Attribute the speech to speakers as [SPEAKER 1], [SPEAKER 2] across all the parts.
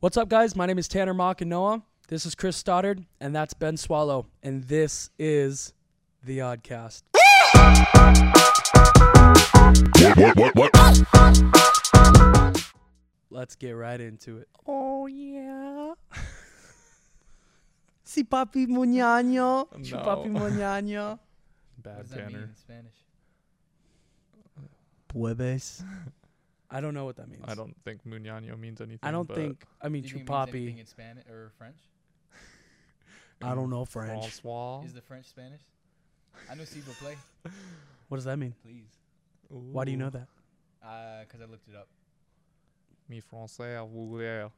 [SPEAKER 1] What's up, guys? My name is Tanner Mock and Noah. This is Chris Stoddard, and that's Ben Swallow, and this is the Oddcast.
[SPEAKER 2] What, what, what, what?
[SPEAKER 1] Let's get right into it. Oh yeah. si papi muñano,
[SPEAKER 3] si No. papi
[SPEAKER 1] muñano.
[SPEAKER 3] Bad
[SPEAKER 4] What does that mean
[SPEAKER 3] Tanner.
[SPEAKER 4] in Spanish?
[SPEAKER 1] Puebes. I don't know what that means.
[SPEAKER 3] I don't think Muñano means anything.
[SPEAKER 1] I don't
[SPEAKER 3] but
[SPEAKER 1] think. I mean,
[SPEAKER 4] Do
[SPEAKER 1] true
[SPEAKER 4] you think it means anything
[SPEAKER 1] papi.
[SPEAKER 4] in Spanish or French?
[SPEAKER 1] I don't know French.
[SPEAKER 3] Francois.
[SPEAKER 4] Is the French Spanish? I know s'il vous plaît,
[SPEAKER 1] What does that mean?
[SPEAKER 4] please.
[SPEAKER 1] Why do you know
[SPEAKER 3] Ooh,
[SPEAKER 1] that?
[SPEAKER 4] Uh 'cause I looked it up.
[SPEAKER 3] Mi français à vouloir.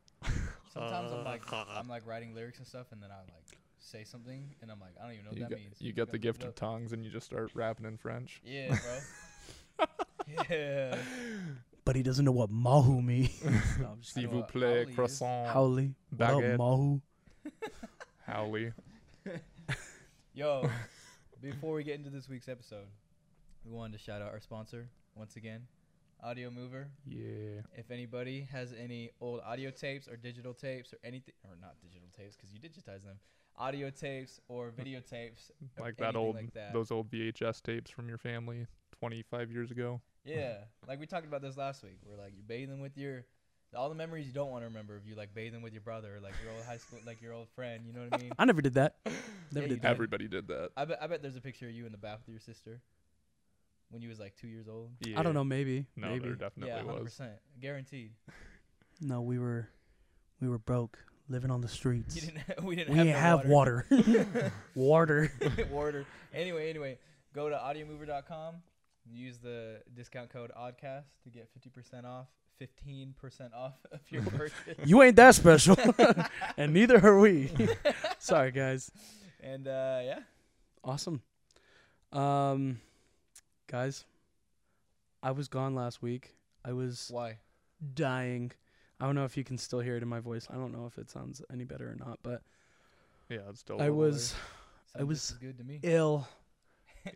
[SPEAKER 4] Sometimes I'm like,
[SPEAKER 3] Uh.
[SPEAKER 4] I'm like writing lyrics and stuff, and then I like say something, and I'm like, I don't even know what
[SPEAKER 3] You
[SPEAKER 4] that
[SPEAKER 3] got,
[SPEAKER 4] means.
[SPEAKER 3] you got the
[SPEAKER 4] Look
[SPEAKER 3] gift
[SPEAKER 4] it
[SPEAKER 3] of
[SPEAKER 4] up.
[SPEAKER 3] tongues and you just start rapping in French.
[SPEAKER 4] Yeah, bro. yeah.
[SPEAKER 1] But he doesn't know what mahu means. No, I'm just
[SPEAKER 3] S'il
[SPEAKER 4] know
[SPEAKER 3] vous
[SPEAKER 4] what
[SPEAKER 3] plaît,
[SPEAKER 4] howly is.
[SPEAKER 3] croissant.
[SPEAKER 1] Howley. What up,
[SPEAKER 3] Baguette.
[SPEAKER 1] mahu?
[SPEAKER 3] Howley.
[SPEAKER 4] Yo, before we get into this week's episode, we wanted to shout out our sponsor once again, Audio Mover.
[SPEAKER 3] Yeah.
[SPEAKER 4] If anybody has any old audio tapes or digital tapes or anything, or not digital tapes because you digitize them, audio tapes or videotapes, or
[SPEAKER 3] Like that
[SPEAKER 4] anything
[SPEAKER 3] old,
[SPEAKER 4] like that.
[SPEAKER 3] those old VHS tapes from your family 25 years ago.
[SPEAKER 4] yeah, like we talked about this last week. We're like you're bathing with your all the memories you don't want to remember of you like bathing with your brother or like your old high school, like your old friend. You know what I mean?
[SPEAKER 1] I never did that.
[SPEAKER 4] Yeah,
[SPEAKER 1] Never
[SPEAKER 4] you
[SPEAKER 1] did that.
[SPEAKER 4] did.
[SPEAKER 3] Everybody did that.
[SPEAKER 4] I bet I bet there's a picture of you in the bath with your sister when you was like two years old.
[SPEAKER 3] Yeah.
[SPEAKER 1] I don't know. Maybe.
[SPEAKER 3] No,
[SPEAKER 1] maybe.
[SPEAKER 3] there definitely
[SPEAKER 4] yeah, hundred
[SPEAKER 3] was.
[SPEAKER 4] percent guaranteed.
[SPEAKER 1] No, we were, we were broke, living on the streets.
[SPEAKER 4] You didn't. we didn't.
[SPEAKER 1] we
[SPEAKER 4] have,
[SPEAKER 1] didn't
[SPEAKER 4] no
[SPEAKER 1] have
[SPEAKER 4] water.
[SPEAKER 1] water. water.
[SPEAKER 4] order. Anyway, anyway, go to audiomover.com. Use the discount code Oddcast to get 50% off, 15% off of your purchase.
[SPEAKER 1] You ain't that special, and neither are we. Sorry, guys.
[SPEAKER 4] and uh, yeah,
[SPEAKER 1] Awesome. Um, guys, I was gone last week. I was
[SPEAKER 4] why?
[SPEAKER 1] dying. I don't know if you can still hear it in my voice. I don't know if it sounds any better or not, but
[SPEAKER 3] Yeah, it's still.
[SPEAKER 1] I
[SPEAKER 3] over there.
[SPEAKER 1] was
[SPEAKER 4] Sounds
[SPEAKER 1] was-
[SPEAKER 4] just as good to me.
[SPEAKER 1] ill,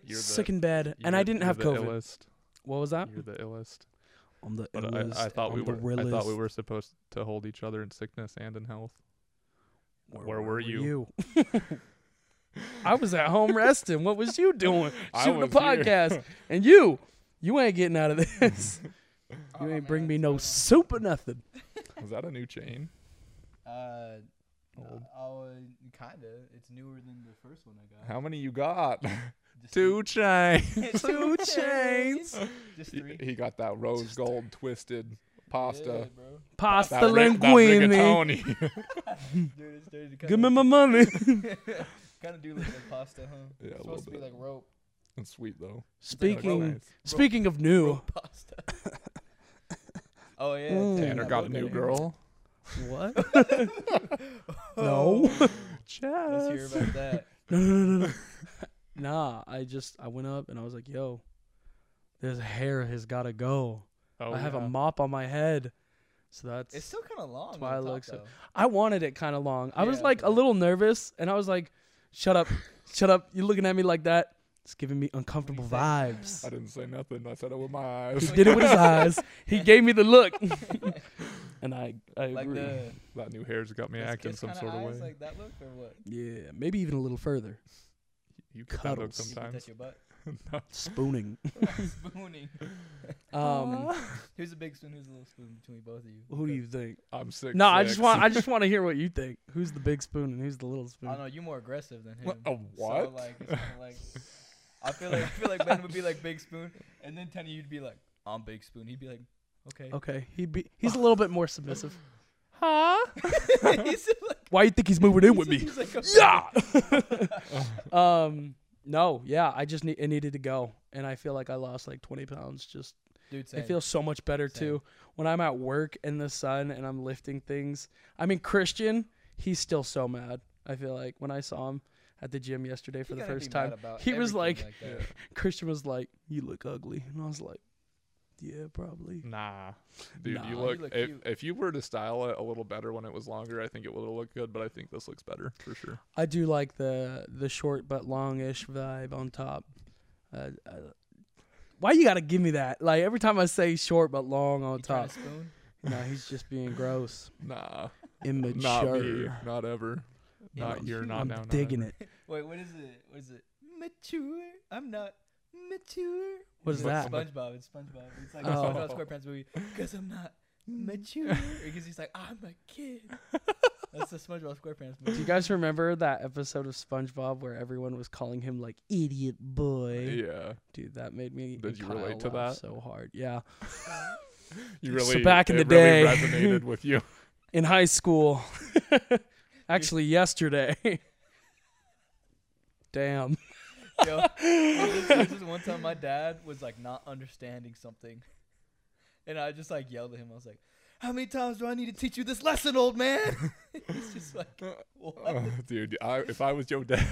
[SPEAKER 3] You're the-
[SPEAKER 1] sick in bed, and
[SPEAKER 3] you're-
[SPEAKER 1] I didn't
[SPEAKER 3] you're
[SPEAKER 1] have
[SPEAKER 3] the
[SPEAKER 1] COVID.
[SPEAKER 3] Illest.
[SPEAKER 1] What was that?
[SPEAKER 3] You're the illest.
[SPEAKER 1] I'm the
[SPEAKER 3] But
[SPEAKER 1] illest.
[SPEAKER 3] I, I thought
[SPEAKER 1] I'm
[SPEAKER 3] we
[SPEAKER 1] the
[SPEAKER 3] were. I thought we
[SPEAKER 1] realest.
[SPEAKER 3] were supposed to hold each other in sickness and in health. Where were you?
[SPEAKER 1] you? I was at home resting. What was you doing?
[SPEAKER 3] I
[SPEAKER 1] Shooting a
[SPEAKER 3] was here.
[SPEAKER 1] podcast. And you, you ain't getting out of this.
[SPEAKER 4] Oh,
[SPEAKER 1] you ain't bring me no soup or nothing.
[SPEAKER 3] Was that a new chain?
[SPEAKER 4] Uh,
[SPEAKER 3] Old.
[SPEAKER 4] oh, kinda. It's newer than the first one I got.
[SPEAKER 3] How many you got?
[SPEAKER 4] Just
[SPEAKER 3] Two chain.
[SPEAKER 4] three-
[SPEAKER 1] Two chains.
[SPEAKER 4] Just
[SPEAKER 3] He,
[SPEAKER 4] three.
[SPEAKER 3] he got that rose gold twisted
[SPEAKER 4] Yeah,
[SPEAKER 3] pasta.
[SPEAKER 4] bro.
[SPEAKER 1] Pasta
[SPEAKER 3] That, ri- that
[SPEAKER 1] linguine.
[SPEAKER 3] rigatoni.
[SPEAKER 4] Dude, it's dirty.
[SPEAKER 1] Give me my money.
[SPEAKER 4] Kind of do look like pasta, huh?
[SPEAKER 3] Yeah, a
[SPEAKER 4] it's
[SPEAKER 3] little
[SPEAKER 4] supposed to be
[SPEAKER 3] bit.
[SPEAKER 4] like rope.
[SPEAKER 3] It's sweet though.
[SPEAKER 4] Like,
[SPEAKER 3] That's
[SPEAKER 1] Speaking
[SPEAKER 3] nice.
[SPEAKER 1] speaking of new,
[SPEAKER 4] rope pasta. oh yeah.
[SPEAKER 1] Ooh.
[SPEAKER 3] Tanner
[SPEAKER 1] I
[SPEAKER 3] got a
[SPEAKER 1] love
[SPEAKER 3] new
[SPEAKER 1] that.
[SPEAKER 3] girl.
[SPEAKER 1] what? no.
[SPEAKER 4] Oh. Let's hear
[SPEAKER 1] Chess.
[SPEAKER 4] about that.
[SPEAKER 1] No, no, no, no, no. Nah, I just I went up and I was like, yo, this hair has got to go.
[SPEAKER 3] Oh,
[SPEAKER 1] I have
[SPEAKER 3] yeah.
[SPEAKER 1] a mop on my head. So that's
[SPEAKER 4] It's still kind of long.
[SPEAKER 1] why
[SPEAKER 4] on
[SPEAKER 1] I
[SPEAKER 4] top,
[SPEAKER 1] look so-
[SPEAKER 4] though.
[SPEAKER 1] I wanted it kind of long. I was
[SPEAKER 4] Yeah.
[SPEAKER 1] like a little nervous, and I was like, "Shut up, shut up! You're looking at me like that. It's giving me uncomfortable
[SPEAKER 4] think?
[SPEAKER 1] vibes."
[SPEAKER 3] I didn't say nothing. I said it with my
[SPEAKER 1] He
[SPEAKER 3] eyes.
[SPEAKER 1] did it with his eyes. He gave me the look, and I I
[SPEAKER 4] Like
[SPEAKER 1] agree.
[SPEAKER 4] the
[SPEAKER 3] that new hair's got me
[SPEAKER 4] this
[SPEAKER 3] acting
[SPEAKER 4] kiss
[SPEAKER 3] some
[SPEAKER 4] kinda
[SPEAKER 3] sort of
[SPEAKER 4] eyes,
[SPEAKER 3] way.
[SPEAKER 4] Like that look or what?
[SPEAKER 1] yeah, maybe even a little further.
[SPEAKER 3] you get that look
[SPEAKER 1] cuddles.
[SPEAKER 4] You can touch
[SPEAKER 3] sometimes.
[SPEAKER 4] your butt.
[SPEAKER 1] Spooning.
[SPEAKER 4] Spooning.
[SPEAKER 1] Um,
[SPEAKER 4] Who's a big spoon? Who's a little spoon between both of you?
[SPEAKER 1] who do you think?
[SPEAKER 3] I'm sick.
[SPEAKER 1] No, I just want I just want to hear what you think. Who's the big spoon and who's the little
[SPEAKER 4] I don't
[SPEAKER 1] spoon?
[SPEAKER 4] know. You're more aggressive than him.
[SPEAKER 3] What? A what?
[SPEAKER 4] So, like, it's kinda like, I feel like I feel like Ben would be like big spoon, and then Tenny you'd be like, I'm big spoon. He'd be like, okay.
[SPEAKER 1] Okay, he'd be he's a little bit more submissive.
[SPEAKER 3] Huh?
[SPEAKER 4] he's like,
[SPEAKER 1] Why you think he's moving in with me?
[SPEAKER 4] he's like,
[SPEAKER 1] yeah. um. No. Yeah. I just need. It needed to go, and I feel like I lost like 20 pounds. Just
[SPEAKER 4] Dude,
[SPEAKER 1] it feels so much better
[SPEAKER 4] Same.
[SPEAKER 1] too when I'm at work in the sun and I'm lifting things. I mean, Christian, he's still so mad. I feel like when I saw him at the gym yesterday for the first time, he was like, "Oh,
[SPEAKER 3] Yeah.
[SPEAKER 1] Christian was like, "You look ugly," and I was like, "Yeah, probably."
[SPEAKER 3] Nah, dude,
[SPEAKER 1] Nah.
[SPEAKER 3] you
[SPEAKER 1] You
[SPEAKER 3] look.
[SPEAKER 4] look
[SPEAKER 3] if,
[SPEAKER 4] cute.
[SPEAKER 3] if you were to style it a little better when it was longer, I think it would look good. But I think this looks better for sure.
[SPEAKER 1] I do like the the short but longish vibe on top. Uh, uh, why you gotta give me that? Like every time I say short but long on top,
[SPEAKER 4] Spoon?
[SPEAKER 1] No, he's just being gross,
[SPEAKER 3] Nah, not me.
[SPEAKER 1] immature.
[SPEAKER 3] Not ever.
[SPEAKER 4] Yeah,
[SPEAKER 3] Not
[SPEAKER 4] but
[SPEAKER 3] here.
[SPEAKER 4] you-
[SPEAKER 3] Not
[SPEAKER 1] I'm
[SPEAKER 3] now. not
[SPEAKER 1] digging
[SPEAKER 3] ever.
[SPEAKER 1] it.
[SPEAKER 4] Wait, what is it? What is it? Mature? I'm not mature.
[SPEAKER 1] What is
[SPEAKER 4] It's
[SPEAKER 1] that?
[SPEAKER 4] SpongeBob. It's SpongeBob. It's like a
[SPEAKER 1] Oh.
[SPEAKER 4] SpongeBob SquarePants movie. Because I'm not mature. Because he's like, I'm a kid. That's the SpongeBob SquarePants
[SPEAKER 1] Do
[SPEAKER 4] movie.
[SPEAKER 1] you guys remember that episode of SpongeBob where everyone was calling him like idiot boy?
[SPEAKER 3] Yeah.
[SPEAKER 1] Dude, that made me and
[SPEAKER 3] Did you
[SPEAKER 1] Kyle
[SPEAKER 3] relate to
[SPEAKER 1] laugh
[SPEAKER 3] that?
[SPEAKER 1] so hard. Yeah.
[SPEAKER 3] You
[SPEAKER 1] So
[SPEAKER 3] really
[SPEAKER 1] back in
[SPEAKER 3] it
[SPEAKER 1] the
[SPEAKER 3] really
[SPEAKER 1] day.
[SPEAKER 3] resonated with you.
[SPEAKER 1] In high school. Actually yesterday. Damn.
[SPEAKER 4] Yo, there's this, there's this one time my dad was like not understanding something. And I just like yelled at him. I was like, How many times do I need to teach you this lesson, old man? He's just like, What?
[SPEAKER 3] Oh, dude, I, if I was your dad,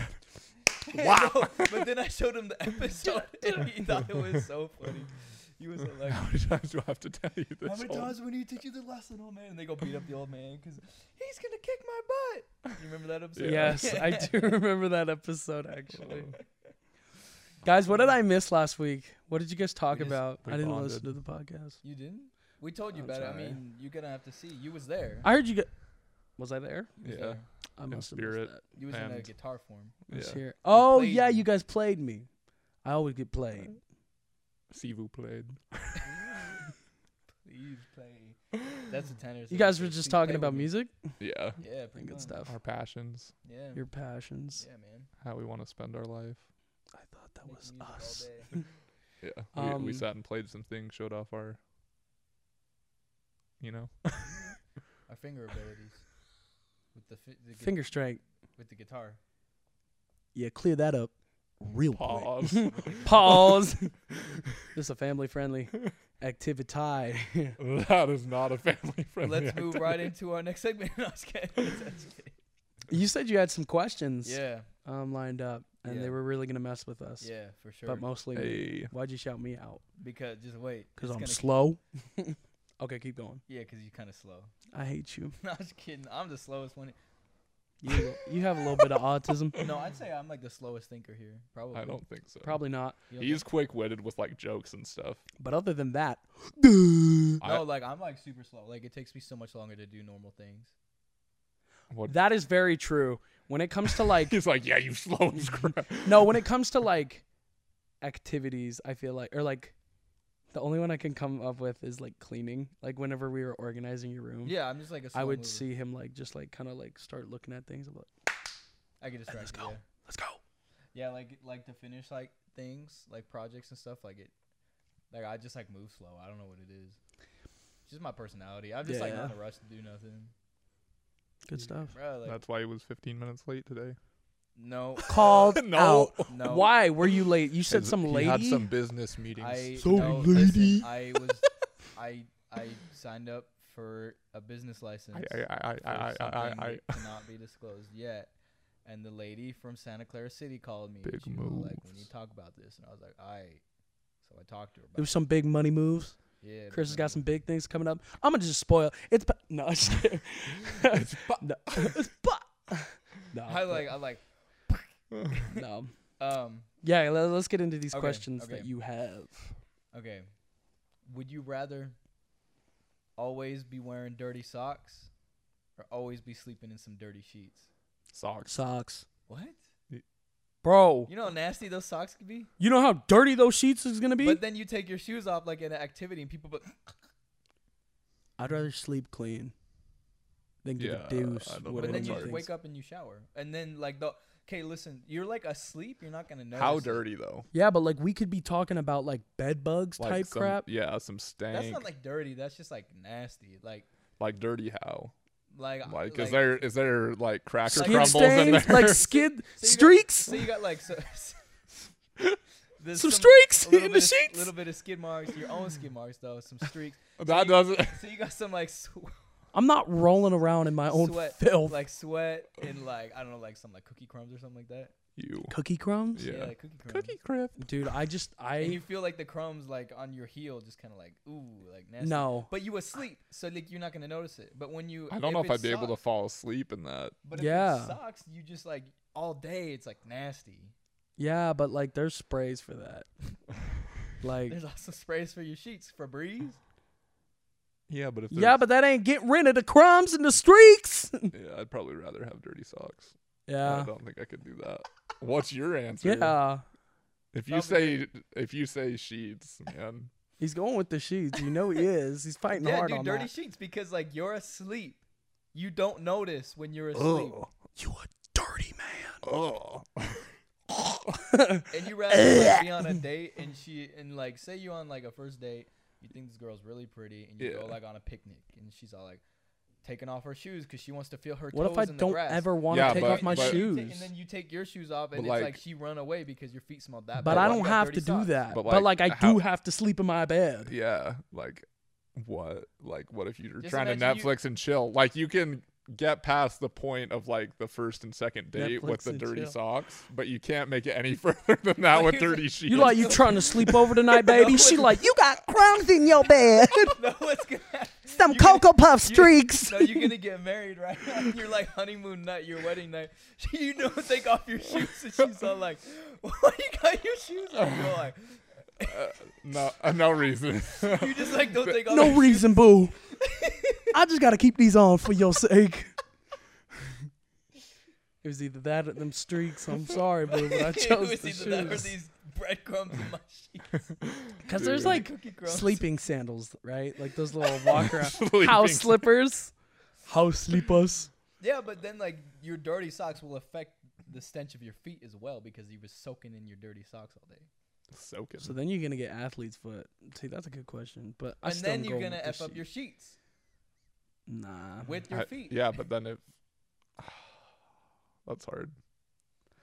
[SPEAKER 4] Wow. but then I showed him the episode and he thought it was so funny. He was like,
[SPEAKER 3] how many times do I have to tell you this?
[SPEAKER 4] How many
[SPEAKER 3] whole-
[SPEAKER 4] times do we need to teach you the lesson, old man? And they go beat up the old man because he's going to kick my butt. You remember that episode?
[SPEAKER 1] Yes, I do remember that episode actually. guys, what did I miss last week? What did you guys talk
[SPEAKER 4] We just-
[SPEAKER 1] about?
[SPEAKER 3] we
[SPEAKER 1] I didn't
[SPEAKER 3] bonded.
[SPEAKER 1] listen to the podcast.
[SPEAKER 4] You didn't? We told you
[SPEAKER 1] I'm
[SPEAKER 4] about
[SPEAKER 1] sorry.
[SPEAKER 4] it. I mean, you're going to have to see. You was there.
[SPEAKER 1] I heard you got Was I there?
[SPEAKER 4] You was
[SPEAKER 3] Yeah.
[SPEAKER 4] there.
[SPEAKER 1] I must have missed
[SPEAKER 3] spirit.
[SPEAKER 1] that.
[SPEAKER 4] You was in a
[SPEAKER 3] And-
[SPEAKER 4] guitar form.
[SPEAKER 1] I was
[SPEAKER 3] Yeah.
[SPEAKER 1] here. Oh
[SPEAKER 4] played
[SPEAKER 1] yeah,
[SPEAKER 4] me.
[SPEAKER 1] you guys played me. I always get played.
[SPEAKER 3] Sivu played.
[SPEAKER 4] Please play. That's the tenor.
[SPEAKER 1] You guys were just talking about music
[SPEAKER 3] Yeah.
[SPEAKER 4] Yeah, pretty
[SPEAKER 1] and good
[SPEAKER 4] much.
[SPEAKER 1] stuff.
[SPEAKER 3] Our passions,
[SPEAKER 4] Yeah.
[SPEAKER 1] Your passions.
[SPEAKER 4] yeah, man.
[SPEAKER 3] how we want to spend our life.
[SPEAKER 1] I thought that
[SPEAKER 4] Make
[SPEAKER 1] was
[SPEAKER 4] music all
[SPEAKER 1] us.
[SPEAKER 4] day.
[SPEAKER 3] Yeah. We, we
[SPEAKER 1] Um,
[SPEAKER 3] sat and played some things, showed off our, you know,
[SPEAKER 4] Our finger abilities. With the, fi- the gui-
[SPEAKER 1] Finger strength.
[SPEAKER 4] with the guitar.
[SPEAKER 1] Yeah, clear that up real quick.
[SPEAKER 3] pause.
[SPEAKER 1] Pause. this is a family friendly activity.
[SPEAKER 3] that is not a family friendly.
[SPEAKER 4] Let's move right into our next segment. No, I was kidding. I was kidding.
[SPEAKER 1] you said you had some questions
[SPEAKER 4] Yeah,
[SPEAKER 1] um, lined up, and
[SPEAKER 4] Yeah.
[SPEAKER 1] they were really going to mess with us,
[SPEAKER 4] yeah, for sure.
[SPEAKER 1] but mostly me.
[SPEAKER 3] Hey.
[SPEAKER 1] Why'd you shout me out?
[SPEAKER 4] because just wait,
[SPEAKER 1] Because
[SPEAKER 4] it's
[SPEAKER 1] I'm
[SPEAKER 4] gonna-
[SPEAKER 1] slow. okay, keep going.
[SPEAKER 4] Yeah, because you're kind of slow.
[SPEAKER 1] I hate you.
[SPEAKER 4] No, I was kidding. I'm the slowest one.
[SPEAKER 1] You you have a little bit of autism.
[SPEAKER 4] No, I'd say I'm like the slowest thinker here. Probably.
[SPEAKER 3] I don't think so.
[SPEAKER 1] Probably not.
[SPEAKER 4] You don't
[SPEAKER 3] He's quick witted with like jokes and stuff.
[SPEAKER 1] But other than that, Mm-hmm.
[SPEAKER 4] think-
[SPEAKER 3] I-
[SPEAKER 4] no, like I'm like super slow. Like it takes me so much longer to do normal things.
[SPEAKER 3] What?
[SPEAKER 1] that is very true. When it comes to like mm-hmm.
[SPEAKER 3] He's like, yeah, you slow as crap.
[SPEAKER 1] No, when it comes to like activities, I feel like or like the only one I can come up with is like cleaning. Like whenever we were organizing your
[SPEAKER 3] Mm.
[SPEAKER 1] room,
[SPEAKER 4] Yeah, I'm just like a slow
[SPEAKER 1] I would
[SPEAKER 4] mover.
[SPEAKER 1] see him like just like kind of like start looking at things. I'm like,
[SPEAKER 4] I get distracted.
[SPEAKER 1] go.
[SPEAKER 4] Yeah.
[SPEAKER 1] let's go.
[SPEAKER 4] yeah, like like to finish like things, like projects and stuff. Like it, like I just like move slow. I don't know what it is. It's just my personality. I'm just like
[SPEAKER 1] Yeah.
[SPEAKER 4] not in a rush to do nothing,
[SPEAKER 1] Good stuff.
[SPEAKER 4] bro. Like
[SPEAKER 3] That's why he was 15 minutes late today.
[SPEAKER 4] no, uh,
[SPEAKER 1] Called
[SPEAKER 3] No.
[SPEAKER 1] out.
[SPEAKER 4] no.
[SPEAKER 1] Why were you late? You said
[SPEAKER 3] His-
[SPEAKER 1] some
[SPEAKER 3] he
[SPEAKER 1] lady.
[SPEAKER 3] had some business meetings.
[SPEAKER 4] I
[SPEAKER 1] So
[SPEAKER 4] no,
[SPEAKER 1] lady.
[SPEAKER 4] listen, I was I I signed up for a business license.
[SPEAKER 3] I, I, I, I, I,
[SPEAKER 4] for
[SPEAKER 3] I, I,
[SPEAKER 4] something
[SPEAKER 3] I,
[SPEAKER 4] that cannot be disclosed yet. And the lady from Santa Clara City called me. and
[SPEAKER 3] Big
[SPEAKER 4] she was Like, we
[SPEAKER 3] moves.
[SPEAKER 4] need to talk about this, and I was like, all right. So I talked to her. About
[SPEAKER 1] There was some big money moves.
[SPEAKER 4] it. Yeah.
[SPEAKER 1] Chris has got
[SPEAKER 4] definitely.
[SPEAKER 1] some big things coming up. I'm gonna just spoil. It's but no, I'm just kidding. it's but no, it's but no,
[SPEAKER 4] I like. I like.
[SPEAKER 1] no.
[SPEAKER 4] Um.
[SPEAKER 1] Yeah, let, let's get into these
[SPEAKER 4] Okay,
[SPEAKER 1] questions
[SPEAKER 4] okay.
[SPEAKER 1] that you have.
[SPEAKER 4] Okay. Would you rather always be wearing dirty socks, or always be sleeping in some dirty sheets?
[SPEAKER 3] socks.
[SPEAKER 1] Socks,
[SPEAKER 4] What?
[SPEAKER 1] bro.
[SPEAKER 4] You know how nasty those socks could be.
[SPEAKER 1] You know how dirty those sheets is gonna be.
[SPEAKER 4] But then you take your shoes off like in an activity, and people. But
[SPEAKER 1] I'd rather sleep clean than give
[SPEAKER 3] Yeah,
[SPEAKER 1] a deuce.
[SPEAKER 3] I don't know
[SPEAKER 1] what
[SPEAKER 3] But
[SPEAKER 4] but then
[SPEAKER 3] it's
[SPEAKER 4] you
[SPEAKER 3] hard.
[SPEAKER 4] just wake up and you shower, and then like the. Okay, listen. You're like asleep. You're not gonna know.
[SPEAKER 3] How dirty though?
[SPEAKER 1] Yeah, but like we could be talking about like bed bugs
[SPEAKER 3] Like
[SPEAKER 1] type
[SPEAKER 3] some,
[SPEAKER 1] crap.
[SPEAKER 3] Yeah, some stank.
[SPEAKER 4] That's not
[SPEAKER 3] like,
[SPEAKER 4] like dirty. That's just like nasty. Like
[SPEAKER 3] dirty how?
[SPEAKER 4] like
[SPEAKER 3] Like, is there is there like cracker
[SPEAKER 4] Skid
[SPEAKER 1] Skid
[SPEAKER 3] crumbles in
[SPEAKER 1] Uh, stains,
[SPEAKER 3] there?
[SPEAKER 1] like skid
[SPEAKER 4] So you got-
[SPEAKER 1] streaks,
[SPEAKER 4] So you got like so, there's
[SPEAKER 1] some,
[SPEAKER 4] a
[SPEAKER 1] streaks
[SPEAKER 4] little
[SPEAKER 1] in
[SPEAKER 4] bit
[SPEAKER 1] the
[SPEAKER 4] of-
[SPEAKER 1] sheets.
[SPEAKER 4] little bit of skid marks, your own skid marks though, some streaks.
[SPEAKER 3] that doesn't.
[SPEAKER 4] So you got some like sw-
[SPEAKER 1] I'm not rolling around in my own
[SPEAKER 4] sweat,
[SPEAKER 1] filth.
[SPEAKER 4] like sweat and like I don't know, like some like cookie crumbs or something like that.
[SPEAKER 3] You
[SPEAKER 1] Cookie crumbs,
[SPEAKER 3] Yeah.
[SPEAKER 4] like cookie crumbs.
[SPEAKER 3] cookie crisp.
[SPEAKER 1] dude. I just
[SPEAKER 4] And you
[SPEAKER 1] I
[SPEAKER 4] feel like the crumbs like on your heel, just kind of like ooh, like nasty.
[SPEAKER 1] no.
[SPEAKER 4] But you asleep, so like you're not gonna notice it. But when you,
[SPEAKER 3] I don't know if I'd
[SPEAKER 4] it's
[SPEAKER 3] be able to
[SPEAKER 4] socks-
[SPEAKER 3] fall asleep in that.
[SPEAKER 4] But if yeah.
[SPEAKER 1] Yeah.
[SPEAKER 4] it sucks, you just like all day. It's like nasty.
[SPEAKER 1] Yeah, but like there's sprays for that. like
[SPEAKER 4] There's also sprays for your sheets, Febreze.
[SPEAKER 3] Yeah, but if
[SPEAKER 1] Yeah, but that ain't get rid of the crumbs and the streaks.
[SPEAKER 3] there's- yeah, I'd probably rather have dirty socks. I
[SPEAKER 1] yeah.
[SPEAKER 3] don't think I could do that. What's your answer?
[SPEAKER 1] Yeah.
[SPEAKER 3] If you
[SPEAKER 4] Probably-
[SPEAKER 3] say if you say sheets, man,
[SPEAKER 1] He's going with the sheets. You know he is. He's fighting
[SPEAKER 4] yeah,
[SPEAKER 1] hard
[SPEAKER 4] dude,
[SPEAKER 1] on
[SPEAKER 4] dirty
[SPEAKER 1] that.
[SPEAKER 4] sheets because like you're asleep. You don't notice when you're asleep,
[SPEAKER 1] you a dirty man.
[SPEAKER 3] oh,
[SPEAKER 4] and you rather like, be on a date and she and like say you on like a first date. You think this girl's really pretty, and you go
[SPEAKER 3] Yeah.
[SPEAKER 4] like on a picnic, and she's all like taking off her shoes because she wants to feel her
[SPEAKER 1] What
[SPEAKER 4] toes
[SPEAKER 1] if I
[SPEAKER 4] in the
[SPEAKER 1] don't
[SPEAKER 4] grass.
[SPEAKER 1] ever want to
[SPEAKER 3] Yeah,
[SPEAKER 1] take
[SPEAKER 3] but-
[SPEAKER 1] off my
[SPEAKER 3] but-
[SPEAKER 4] You
[SPEAKER 1] shoes?
[SPEAKER 4] ta- and then you take your shoes off, and
[SPEAKER 3] But,
[SPEAKER 4] it's like,
[SPEAKER 3] like-
[SPEAKER 4] she run away because your feet smelled that
[SPEAKER 1] but
[SPEAKER 4] bad.
[SPEAKER 1] I
[SPEAKER 4] You
[SPEAKER 1] don't
[SPEAKER 4] got
[SPEAKER 1] have
[SPEAKER 4] dirty
[SPEAKER 1] to
[SPEAKER 4] socks.
[SPEAKER 1] do that. But
[SPEAKER 3] But,
[SPEAKER 1] like,
[SPEAKER 3] like,
[SPEAKER 1] I
[SPEAKER 3] how-
[SPEAKER 1] do have to sleep in my bed.
[SPEAKER 3] yeah, like what? Like what if you're
[SPEAKER 4] Just
[SPEAKER 3] trying to
[SPEAKER 4] imagine you-
[SPEAKER 3] Netflix and chill? Like you can get past the point of like the first and second date with
[SPEAKER 1] Netflix
[SPEAKER 3] the
[SPEAKER 1] and
[SPEAKER 3] dirty
[SPEAKER 1] chill.
[SPEAKER 3] socks, but you can't make it any further than that with
[SPEAKER 4] here's the-
[SPEAKER 3] dirty sheets.
[SPEAKER 1] You like you trying to sleep over tonight, baby? She like you got crumbs in your bed,
[SPEAKER 4] no, what's gonna happen?
[SPEAKER 1] some
[SPEAKER 4] You gonna-
[SPEAKER 1] cocoa puff
[SPEAKER 4] you-
[SPEAKER 1] streaks.
[SPEAKER 4] No, you're gonna get married, right? you're like honeymoon night, your wedding night. You don't take off your shoes, and she's all like, "Why you got your shoes?" on?" You're like,
[SPEAKER 3] no, uh, no reason.
[SPEAKER 4] "You just like don't take off."
[SPEAKER 1] No
[SPEAKER 4] your shoes."
[SPEAKER 1] reason, boo. I just gotta keep these on for your sake. It was either that or them streaks. I'm sorry, boo, but I
[SPEAKER 4] It
[SPEAKER 1] chose
[SPEAKER 4] was
[SPEAKER 1] the
[SPEAKER 4] either that or
[SPEAKER 1] shoes.
[SPEAKER 4] these breadcrumbs in my sheets.
[SPEAKER 1] Cause there's
[SPEAKER 3] Dude.
[SPEAKER 1] like
[SPEAKER 4] Cookie crumbs.
[SPEAKER 1] sleeping sandals, right? Like those little walk around
[SPEAKER 3] Sleeping
[SPEAKER 1] house
[SPEAKER 3] sand-
[SPEAKER 1] slippers. House slippers.
[SPEAKER 4] Yeah, but then like your dirty socks will affect the stench of your feet as well because you was soaking in your dirty socks all day.
[SPEAKER 3] Soak it.
[SPEAKER 1] So then you're gonna get athlete's foot. See, that's a good question, but I
[SPEAKER 4] and
[SPEAKER 1] still
[SPEAKER 4] then
[SPEAKER 1] am
[SPEAKER 4] you're
[SPEAKER 1] going
[SPEAKER 4] gonna
[SPEAKER 1] with the
[SPEAKER 4] f up
[SPEAKER 1] sheet.
[SPEAKER 4] your sheets
[SPEAKER 1] nah.
[SPEAKER 4] with your
[SPEAKER 3] I-
[SPEAKER 4] feet.
[SPEAKER 3] Yeah, but then if that's hard.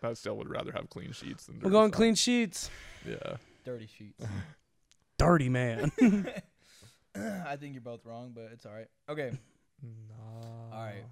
[SPEAKER 3] I still would rather have clean sheets than.
[SPEAKER 1] We're
[SPEAKER 3] dirty
[SPEAKER 1] going
[SPEAKER 3] socks.
[SPEAKER 1] clean sheets.
[SPEAKER 3] Yeah.
[SPEAKER 4] dirty sheets.
[SPEAKER 1] Dirty man.
[SPEAKER 4] I think you're both wrong, but it's all right. Okay.
[SPEAKER 3] No.
[SPEAKER 4] All right.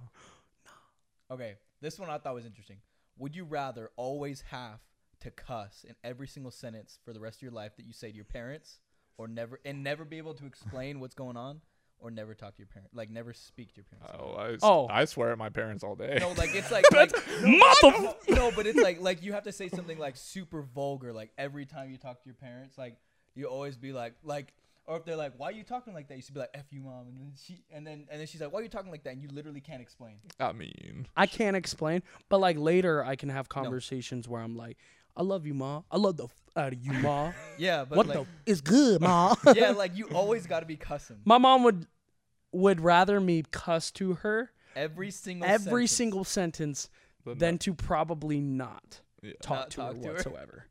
[SPEAKER 4] Oh, Okay. This one I thought was interesting. Would you rather always have to cuss in every single sentence for the rest of your life that you say to your parents or never and never be able to explain what's going on or never talk to your parents like never speak to your parents?
[SPEAKER 3] Oh, I, s-
[SPEAKER 1] Oh.
[SPEAKER 3] I swear at my parents all day.
[SPEAKER 4] No, like it's like, like
[SPEAKER 1] Mother.
[SPEAKER 4] no, no, but it's like like you have to say something like super vulgar like every time you talk to your parents like you always be like like or if they're like why are you talking like that you should be like f you mom and then she and then and then she's like why are you talking like that and you literally can't explain.
[SPEAKER 3] I mean,
[SPEAKER 1] I can't explain, but like later I can have conversations where I'm like, I love you, ma. I love the f- out of you, ma.
[SPEAKER 4] Yeah, but
[SPEAKER 1] what
[SPEAKER 4] like,
[SPEAKER 1] the? F- it's good, ma.
[SPEAKER 4] yeah, like you always got to be cussing
[SPEAKER 1] My mom would would rather me cuss to her
[SPEAKER 4] every single
[SPEAKER 1] every
[SPEAKER 4] sentence.
[SPEAKER 1] single sentence
[SPEAKER 3] Than
[SPEAKER 1] than to probably not
[SPEAKER 3] Yeah.
[SPEAKER 1] talk
[SPEAKER 4] Not
[SPEAKER 1] to
[SPEAKER 4] talk
[SPEAKER 1] her
[SPEAKER 4] to her.
[SPEAKER 1] whatsoever.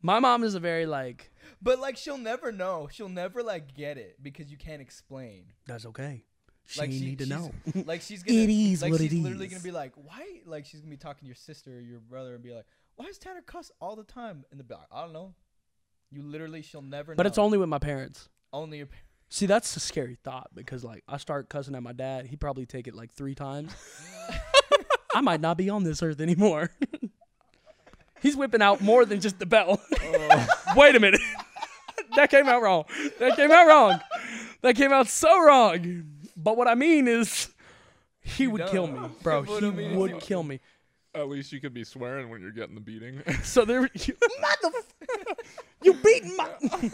[SPEAKER 1] My mom is a very like.
[SPEAKER 4] But like she'll never know. She'll never like get it because you can't explain.
[SPEAKER 1] That's okay. She
[SPEAKER 4] Like
[SPEAKER 1] ain't
[SPEAKER 4] she-
[SPEAKER 1] need to
[SPEAKER 4] she's-
[SPEAKER 1] know.
[SPEAKER 4] Like she's gonna.
[SPEAKER 1] It is
[SPEAKER 4] like
[SPEAKER 1] what
[SPEAKER 4] she's
[SPEAKER 1] it
[SPEAKER 4] literally
[SPEAKER 1] is.
[SPEAKER 4] gonna be like, why? Like she's gonna be talking to your sister or your brother and be like, why is Tanner cuss all the time? And the like, I don't know. You literally, she'll never.
[SPEAKER 1] But it's
[SPEAKER 4] know.
[SPEAKER 1] only with my parents.
[SPEAKER 4] only your. parents.
[SPEAKER 1] See, that's a scary thought because like I start cussing at my dad, he probably take it like three times. I might not be on this earth anymore. He's whipping out more than just the bell.
[SPEAKER 4] Oh.
[SPEAKER 1] Wait a minute. that came out wrong. That came out wrong. That came out so wrong. But what I mean is he would kill me,
[SPEAKER 4] done.
[SPEAKER 1] bro.
[SPEAKER 4] What
[SPEAKER 1] He
[SPEAKER 4] I mean is
[SPEAKER 1] would
[SPEAKER 4] you-
[SPEAKER 1] kill me.
[SPEAKER 3] at least you could be swearing when you're getting the beating.
[SPEAKER 1] So there, you, motherfucker, you beat my.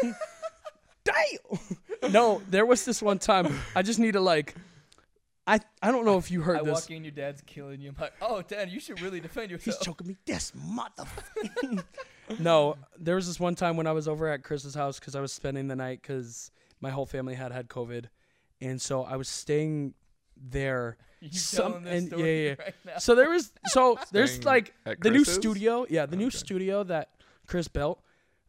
[SPEAKER 1] Damn. No, there was this one time. I just need to like, I I don't know if you heard
[SPEAKER 4] I
[SPEAKER 1] this.
[SPEAKER 4] walk in, your dad's killing you. I'm like, oh, Tanner, you should really defend
[SPEAKER 1] He's
[SPEAKER 4] yourself.
[SPEAKER 1] choking me. This mother. no, there was this one time when I was over at Chris's house because I was spending the night because my whole family had had COVID, and so I was staying there.
[SPEAKER 4] you
[SPEAKER 1] some-
[SPEAKER 4] telling this
[SPEAKER 1] and- yeah,
[SPEAKER 4] story
[SPEAKER 1] yeah.
[SPEAKER 4] right now.
[SPEAKER 1] So there was so there's
[SPEAKER 3] Staying
[SPEAKER 1] like
[SPEAKER 3] at
[SPEAKER 1] the new
[SPEAKER 3] Chris's?
[SPEAKER 1] studio. Yeah, the new
[SPEAKER 3] Okay.
[SPEAKER 1] studio that Chris built.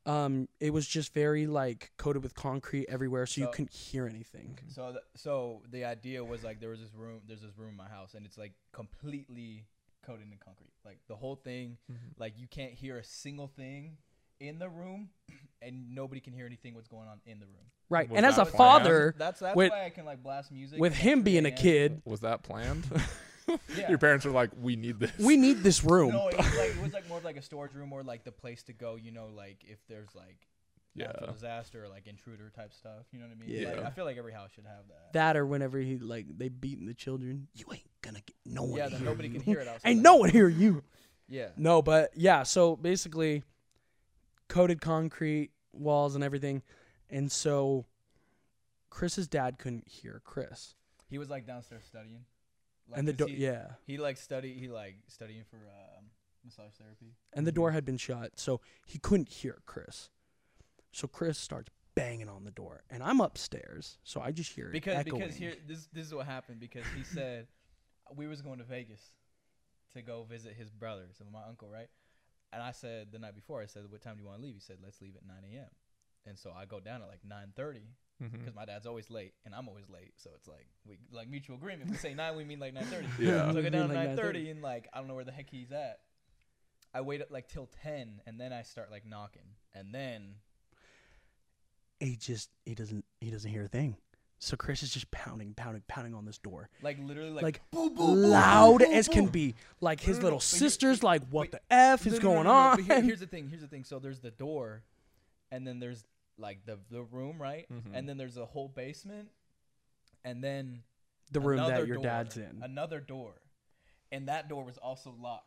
[SPEAKER 1] Um, it was just very like coated with concrete everywhere, so you
[SPEAKER 4] So- Mm-hmm.
[SPEAKER 1] couldn't hear anything.
[SPEAKER 4] So, th- so the idea was like there was this room. There's this room in my house, and it's like completely coated in concrete. Like the whole thing,
[SPEAKER 1] Mm-hmm.
[SPEAKER 4] like you can't hear a single thing in the room, and nobody can hear anything what's going on in the room.
[SPEAKER 1] Right,
[SPEAKER 3] Was
[SPEAKER 1] and as
[SPEAKER 3] that
[SPEAKER 1] a
[SPEAKER 3] planned?
[SPEAKER 1] father,
[SPEAKER 4] that's that's
[SPEAKER 1] with-
[SPEAKER 4] why I can like blast music.
[SPEAKER 1] with
[SPEAKER 4] at
[SPEAKER 1] him
[SPEAKER 4] 3
[SPEAKER 1] being a
[SPEAKER 4] a.m.
[SPEAKER 1] kid,
[SPEAKER 3] Was that planned?
[SPEAKER 4] Yeah.
[SPEAKER 3] Your parents are like, we need this.
[SPEAKER 1] we need this room.
[SPEAKER 4] No, it was like it was like more of like a storage room or like the place to go. You know, like if there's like
[SPEAKER 3] Yeah.
[SPEAKER 4] natural disaster or like intruder type stuff. You know what I mean? Like,
[SPEAKER 3] Yeah.
[SPEAKER 4] I feel like every house should have that.
[SPEAKER 1] That or whenever he like they beating the children, you ain't gonna get no one.
[SPEAKER 4] yeah,
[SPEAKER 1] to
[SPEAKER 4] then
[SPEAKER 1] hear
[SPEAKER 4] nobody
[SPEAKER 1] you.
[SPEAKER 4] can hear it outside.
[SPEAKER 1] Ain't no one hear you.
[SPEAKER 4] Yeah.
[SPEAKER 1] No, but yeah, so basically coated concrete walls and everything. And so Chris's dad couldn't hear Chris,
[SPEAKER 4] He was like downstairs studying. Like,
[SPEAKER 1] and the
[SPEAKER 4] 'cause
[SPEAKER 1] door
[SPEAKER 4] he,
[SPEAKER 1] yeah,
[SPEAKER 4] He like study. He like studying for um, massage therapy.
[SPEAKER 1] and the door had been shut, so he couldn't hear Chris. So Chris starts banging on the door, and I'm upstairs, so I just hear it
[SPEAKER 4] Because
[SPEAKER 1] echoing.
[SPEAKER 4] because here this this is what happened because he said we was going to Vegas to go visit his brother, so my uncle, right? And I said the night before, I said, "What time do you want to leave?" He said, "Let's leave at 9 a.m." And so I go down at like 9:30
[SPEAKER 3] Mm-hmm.
[SPEAKER 4] because my dad's always late and I'm always late, so it's like we like mutual agreement. We say nine, we mean like 9:30.
[SPEAKER 3] Yeah.
[SPEAKER 4] So I
[SPEAKER 1] We
[SPEAKER 4] go down
[SPEAKER 1] mean,
[SPEAKER 4] at
[SPEAKER 1] like, 9:30.
[SPEAKER 4] 9:30 and like I don't know where the heck he's at. I wait up like till 10 and then I start like knocking and then
[SPEAKER 1] he just he doesn't he doesn't hear a thing. So Chris is just pounding, pounding, pounding on this door,
[SPEAKER 4] like literally like,
[SPEAKER 1] like
[SPEAKER 4] boo, boo, boo,
[SPEAKER 1] loud
[SPEAKER 4] boo, boo,
[SPEAKER 1] as can
[SPEAKER 4] boo.
[SPEAKER 1] be. Like his
[SPEAKER 4] no,
[SPEAKER 1] little
[SPEAKER 4] but here-
[SPEAKER 1] sister's like, "What
[SPEAKER 4] wait,
[SPEAKER 1] the f
[SPEAKER 4] No,
[SPEAKER 1] is
[SPEAKER 4] no, no,
[SPEAKER 1] going
[SPEAKER 4] no, no,
[SPEAKER 1] on?"
[SPEAKER 4] but here- here's the thing. Here's the thing. So there's the door, and then there's like the the room, right?
[SPEAKER 3] Mm-hmm.
[SPEAKER 4] And then there's a whole basement, and then
[SPEAKER 1] the room
[SPEAKER 4] another
[SPEAKER 1] that your
[SPEAKER 4] door,
[SPEAKER 1] dad's in.
[SPEAKER 4] Another door, and that door was also locked.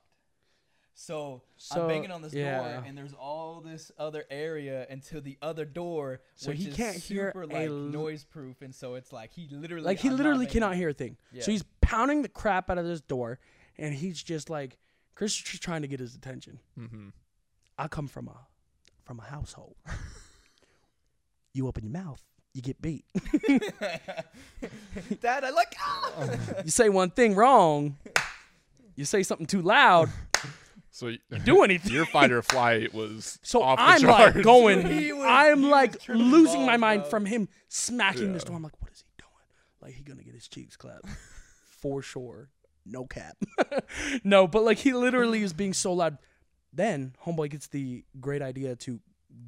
[SPEAKER 4] So,
[SPEAKER 1] So,
[SPEAKER 4] I'm banging on this
[SPEAKER 1] yeah.
[SPEAKER 4] door, and there's all this other area until the other door,
[SPEAKER 1] So
[SPEAKER 4] which
[SPEAKER 1] he
[SPEAKER 4] is
[SPEAKER 1] can't hear
[SPEAKER 4] super
[SPEAKER 1] a
[SPEAKER 4] like
[SPEAKER 1] l-
[SPEAKER 4] noise proof, and so it's like he literally
[SPEAKER 1] Like he
[SPEAKER 4] I'm not
[SPEAKER 1] literally
[SPEAKER 4] banging.
[SPEAKER 1] cannot hear a thing.
[SPEAKER 4] Yeah.
[SPEAKER 1] So he's pounding the crap out of this door, and he's just like, Chris is just trying to get his attention.
[SPEAKER 3] Mm-hmm.
[SPEAKER 1] I come from a from a household. you open your mouth, you get beat.
[SPEAKER 4] Dad, I like. "Ah!"
[SPEAKER 1] you say one thing wrong, you say something too loud,
[SPEAKER 3] So y-
[SPEAKER 1] do anything.
[SPEAKER 3] your fight or flight was
[SPEAKER 1] So
[SPEAKER 3] off the
[SPEAKER 1] I'm like
[SPEAKER 3] charts.
[SPEAKER 4] He
[SPEAKER 1] going,
[SPEAKER 4] was- he
[SPEAKER 1] I'm
[SPEAKER 4] was
[SPEAKER 1] like
[SPEAKER 4] tripping
[SPEAKER 1] losing my
[SPEAKER 4] balls,
[SPEAKER 1] mind
[SPEAKER 4] bro.
[SPEAKER 1] from him smacking this
[SPEAKER 3] Yeah.
[SPEAKER 1] door. I'm like, what is he doing? Like he gonna get his cheeks clapped for sure, no cap. no, but like he literally is being so loud. Then homeboy gets the great idea to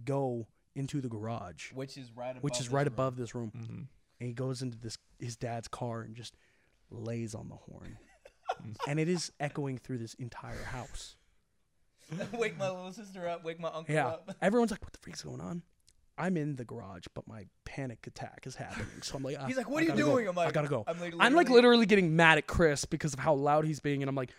[SPEAKER 1] go into the garage,
[SPEAKER 4] which is right above.
[SPEAKER 1] which is
[SPEAKER 4] this
[SPEAKER 1] right
[SPEAKER 4] room.
[SPEAKER 1] above this room,
[SPEAKER 4] Mm-hmm.
[SPEAKER 3] Mhm.
[SPEAKER 1] and he goes into this his dad's car and just lays on the horn, and it is echoing through this entire house.
[SPEAKER 4] wake my little sister up, wake my uncle
[SPEAKER 1] Yeah.
[SPEAKER 4] up.
[SPEAKER 1] Everyone's like, what the freak's going on? I'm in the garage, but my panic attack is happening. So I'm like,
[SPEAKER 4] He's
[SPEAKER 1] "Ah,
[SPEAKER 4] like,
[SPEAKER 1] I
[SPEAKER 4] "What are you
[SPEAKER 1] gotta go.
[SPEAKER 4] doing?" I'm like,
[SPEAKER 1] I gotta go.
[SPEAKER 4] I'm like,
[SPEAKER 1] I'm like
[SPEAKER 4] literally-
[SPEAKER 1] literally getting mad at Chris because of how loud he's being. And I'm like,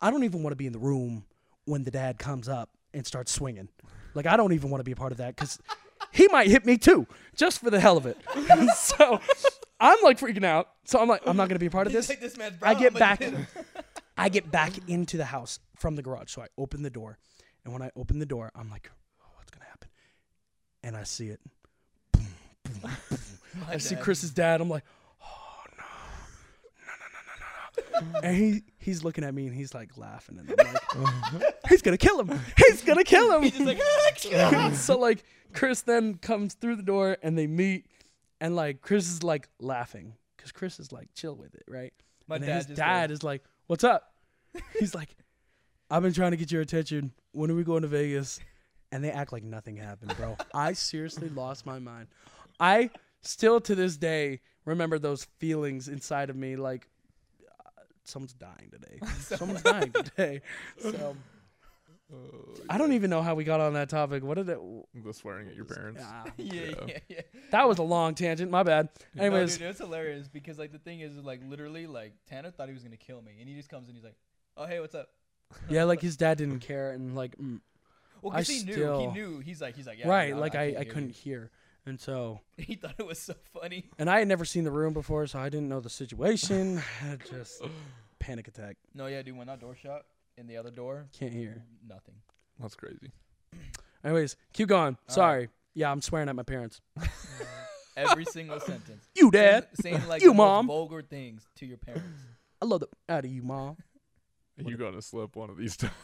[SPEAKER 1] I don't even want to be in the room when the dad comes up and starts swinging. Like, I don't even want to be a part of that because he might hit me too, just for the hell of it. so I'm like freaking out. So I'm like, I'm not going to be a part of this.
[SPEAKER 4] Take this man's
[SPEAKER 1] I
[SPEAKER 4] brown,
[SPEAKER 1] get
[SPEAKER 4] I'ma
[SPEAKER 1] back.
[SPEAKER 4] hit him.
[SPEAKER 1] I get back into the house from the garage. So I open the door, and when I open the door, I'm like, oh, "What's gonna happen?" And I see it.
[SPEAKER 4] My
[SPEAKER 1] I see
[SPEAKER 4] dad.
[SPEAKER 1] Chris's dad. I'm like, "Oh no, no, no, no, no, no!" and he he's looking at me, and he's like laughing, and I'm like, "He's gonna kill him! He's gonna kill him!"
[SPEAKER 4] He's like, "Ah, excuse me."
[SPEAKER 1] so like Chris then comes through the door and they meet and like Chris is like laughing because Chris is like chill with it, right?
[SPEAKER 4] My
[SPEAKER 1] and then
[SPEAKER 4] dad
[SPEAKER 1] his
[SPEAKER 4] just
[SPEAKER 1] dad is like, "What's up?" He's like, "I've been trying to get your attention. When are we going to Vegas?" And they act like nothing happened, bro. I seriously lost my mind. I still to this day remember those feelings inside of me, like uh, someone's dying today. Someone's dying today. So I don't even know how we got on that topic. What did it?
[SPEAKER 3] Oh, the swearing at your parents.
[SPEAKER 1] Ah,
[SPEAKER 4] yeah,
[SPEAKER 3] Yeah.
[SPEAKER 4] yeah, yeah.
[SPEAKER 1] that was a long tangent. My bad.
[SPEAKER 4] Anyways,
[SPEAKER 1] Anyways,
[SPEAKER 4] dude, it's hilarious because like the thing is, like literally, like Tanner thought he was gonna kill me, and he just comes and he's like, "Oh hey, what's up?"
[SPEAKER 1] yeah, like his dad didn't care, and like, mm,
[SPEAKER 4] Well,
[SPEAKER 1] I
[SPEAKER 4] because he knew,
[SPEAKER 1] still-
[SPEAKER 4] he knew. He's like, he's like, yeah,
[SPEAKER 1] right,
[SPEAKER 4] nah,
[SPEAKER 1] like I,
[SPEAKER 4] can't
[SPEAKER 1] I
[SPEAKER 4] hear
[SPEAKER 1] couldn't
[SPEAKER 4] you."
[SPEAKER 1] hear, and so,
[SPEAKER 4] He thought it was so funny.
[SPEAKER 1] and I had never seen the room before, so I didn't know the situation. Just panic attack.
[SPEAKER 4] No, yeah, dude, when that door shut in the other door,
[SPEAKER 1] Can't hear.
[SPEAKER 4] nothing.
[SPEAKER 3] That's crazy.
[SPEAKER 1] Anyways, keep going.
[SPEAKER 4] right.
[SPEAKER 1] Sorry. Yeah, I'm swearing at my parents.
[SPEAKER 4] Every single sentence.
[SPEAKER 1] You dad,
[SPEAKER 4] saying, saying like
[SPEAKER 1] You
[SPEAKER 4] the most
[SPEAKER 1] mom.
[SPEAKER 4] vulgar things to your parents.
[SPEAKER 1] I love the out of you, mom.
[SPEAKER 3] You gonna slip one of these times.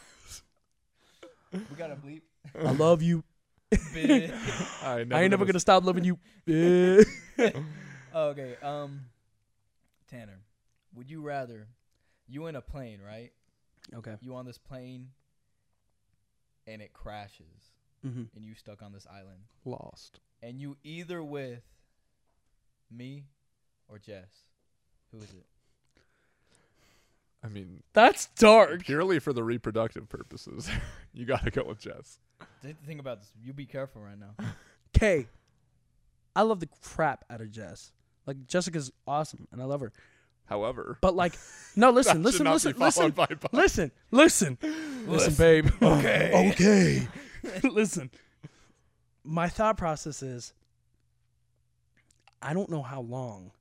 [SPEAKER 4] We gotta bleep.
[SPEAKER 1] I love you.
[SPEAKER 4] Bitch.
[SPEAKER 3] I,
[SPEAKER 1] I ain't never
[SPEAKER 3] gonna
[SPEAKER 1] gonna stop loving you. Eh.
[SPEAKER 4] Okay, um, Tanner, would you rather you in a plane, right?
[SPEAKER 1] okay.
[SPEAKER 4] You on this plane, and it crashes,
[SPEAKER 1] Mm-hmm.
[SPEAKER 4] and you stuck on this island,
[SPEAKER 3] lost.
[SPEAKER 4] and you either with me or Jess. Who is it?
[SPEAKER 3] I mean,
[SPEAKER 1] That's dark.
[SPEAKER 3] purely for the reproductive purposes, you gotta go with Jess.
[SPEAKER 4] Th- Think about this. You be careful right now.
[SPEAKER 1] K. I love the crap out of Jess. Like Jessica's awesome, and I love her.
[SPEAKER 3] However,
[SPEAKER 1] But like, no,
[SPEAKER 3] that
[SPEAKER 1] listen,
[SPEAKER 3] should
[SPEAKER 1] listen,
[SPEAKER 3] not be
[SPEAKER 1] listen,
[SPEAKER 3] followed
[SPEAKER 1] listen,
[SPEAKER 3] by pod-
[SPEAKER 1] listen, listen, listen, babe.
[SPEAKER 3] Oh,
[SPEAKER 1] Okay,
[SPEAKER 4] Oh,
[SPEAKER 1] okay. listen, my thought process is, I don't know how long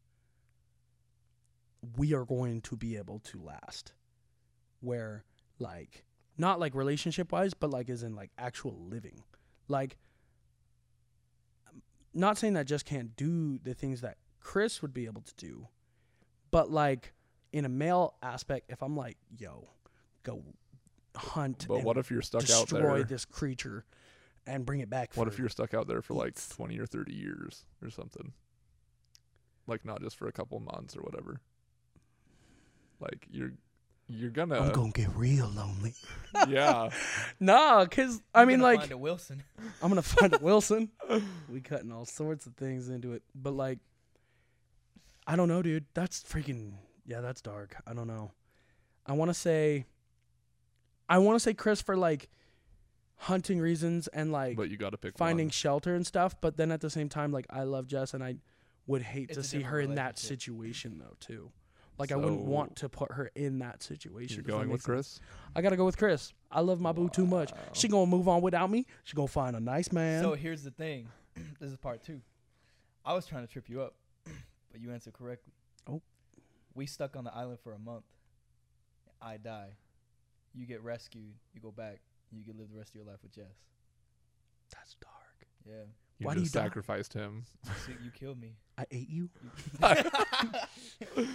[SPEAKER 1] we are going to be able to last. Where like not like relationship wise, but like as in like actual living. Like I'm not saying that just can't do the things that Chris would be able to do, but like in a male aspect, if I'm like, yo, go hunt
[SPEAKER 3] But
[SPEAKER 1] and
[SPEAKER 3] what if you're stuck out
[SPEAKER 1] destroy
[SPEAKER 3] there?
[SPEAKER 1] this creature and bring it back
[SPEAKER 3] What
[SPEAKER 1] for
[SPEAKER 3] if you're stuck out there for like
[SPEAKER 1] Eats.
[SPEAKER 3] 20 or 30 years or something? Like not just for a couple months or whatever. Like you're you're gonna
[SPEAKER 1] I'm gonna get real lonely.
[SPEAKER 3] yeah.
[SPEAKER 1] Nah, cause I
[SPEAKER 4] You're
[SPEAKER 1] mean,
[SPEAKER 4] gonna
[SPEAKER 1] like,
[SPEAKER 4] find a Wilson.
[SPEAKER 1] I'm gonna find a Wilson. We cutting all sorts of things into it, but like, I don't know, dude. That's freaking yeah. That's dark. I don't know. I want to say, I want to say Chris for like hunting reasons and like
[SPEAKER 3] But you got to pick
[SPEAKER 1] finding
[SPEAKER 3] one.
[SPEAKER 1] shelter and stuff. But then at the same time, like, I love Jess and I would hate to
[SPEAKER 4] It's a
[SPEAKER 1] see her
[SPEAKER 4] different
[SPEAKER 1] in that
[SPEAKER 4] relationship.
[SPEAKER 1] situation though too. Like, I wouldn't
[SPEAKER 3] So-
[SPEAKER 1] want to put her in that situation.
[SPEAKER 3] You're
[SPEAKER 1] if that
[SPEAKER 3] going
[SPEAKER 1] makes
[SPEAKER 3] with
[SPEAKER 1] sense.
[SPEAKER 3] Chris?
[SPEAKER 1] I gotta go with Chris. I love my boo too much.
[SPEAKER 3] Wow.
[SPEAKER 1] She gonna move on without me. She gonna find a nice man.
[SPEAKER 4] So here's the thing. this is part two. I was trying to trip you up, but you answered correctly.
[SPEAKER 1] Oh.
[SPEAKER 4] We stuck on the island for a month. I die. You get rescued. You go back. You can live the rest of your life with Jess.
[SPEAKER 1] That's dark.
[SPEAKER 4] Yeah.
[SPEAKER 3] You
[SPEAKER 1] Why do
[SPEAKER 3] just
[SPEAKER 1] you die?
[SPEAKER 3] sacrificed him.
[SPEAKER 4] So you killed me.
[SPEAKER 1] I ate you.
[SPEAKER 4] I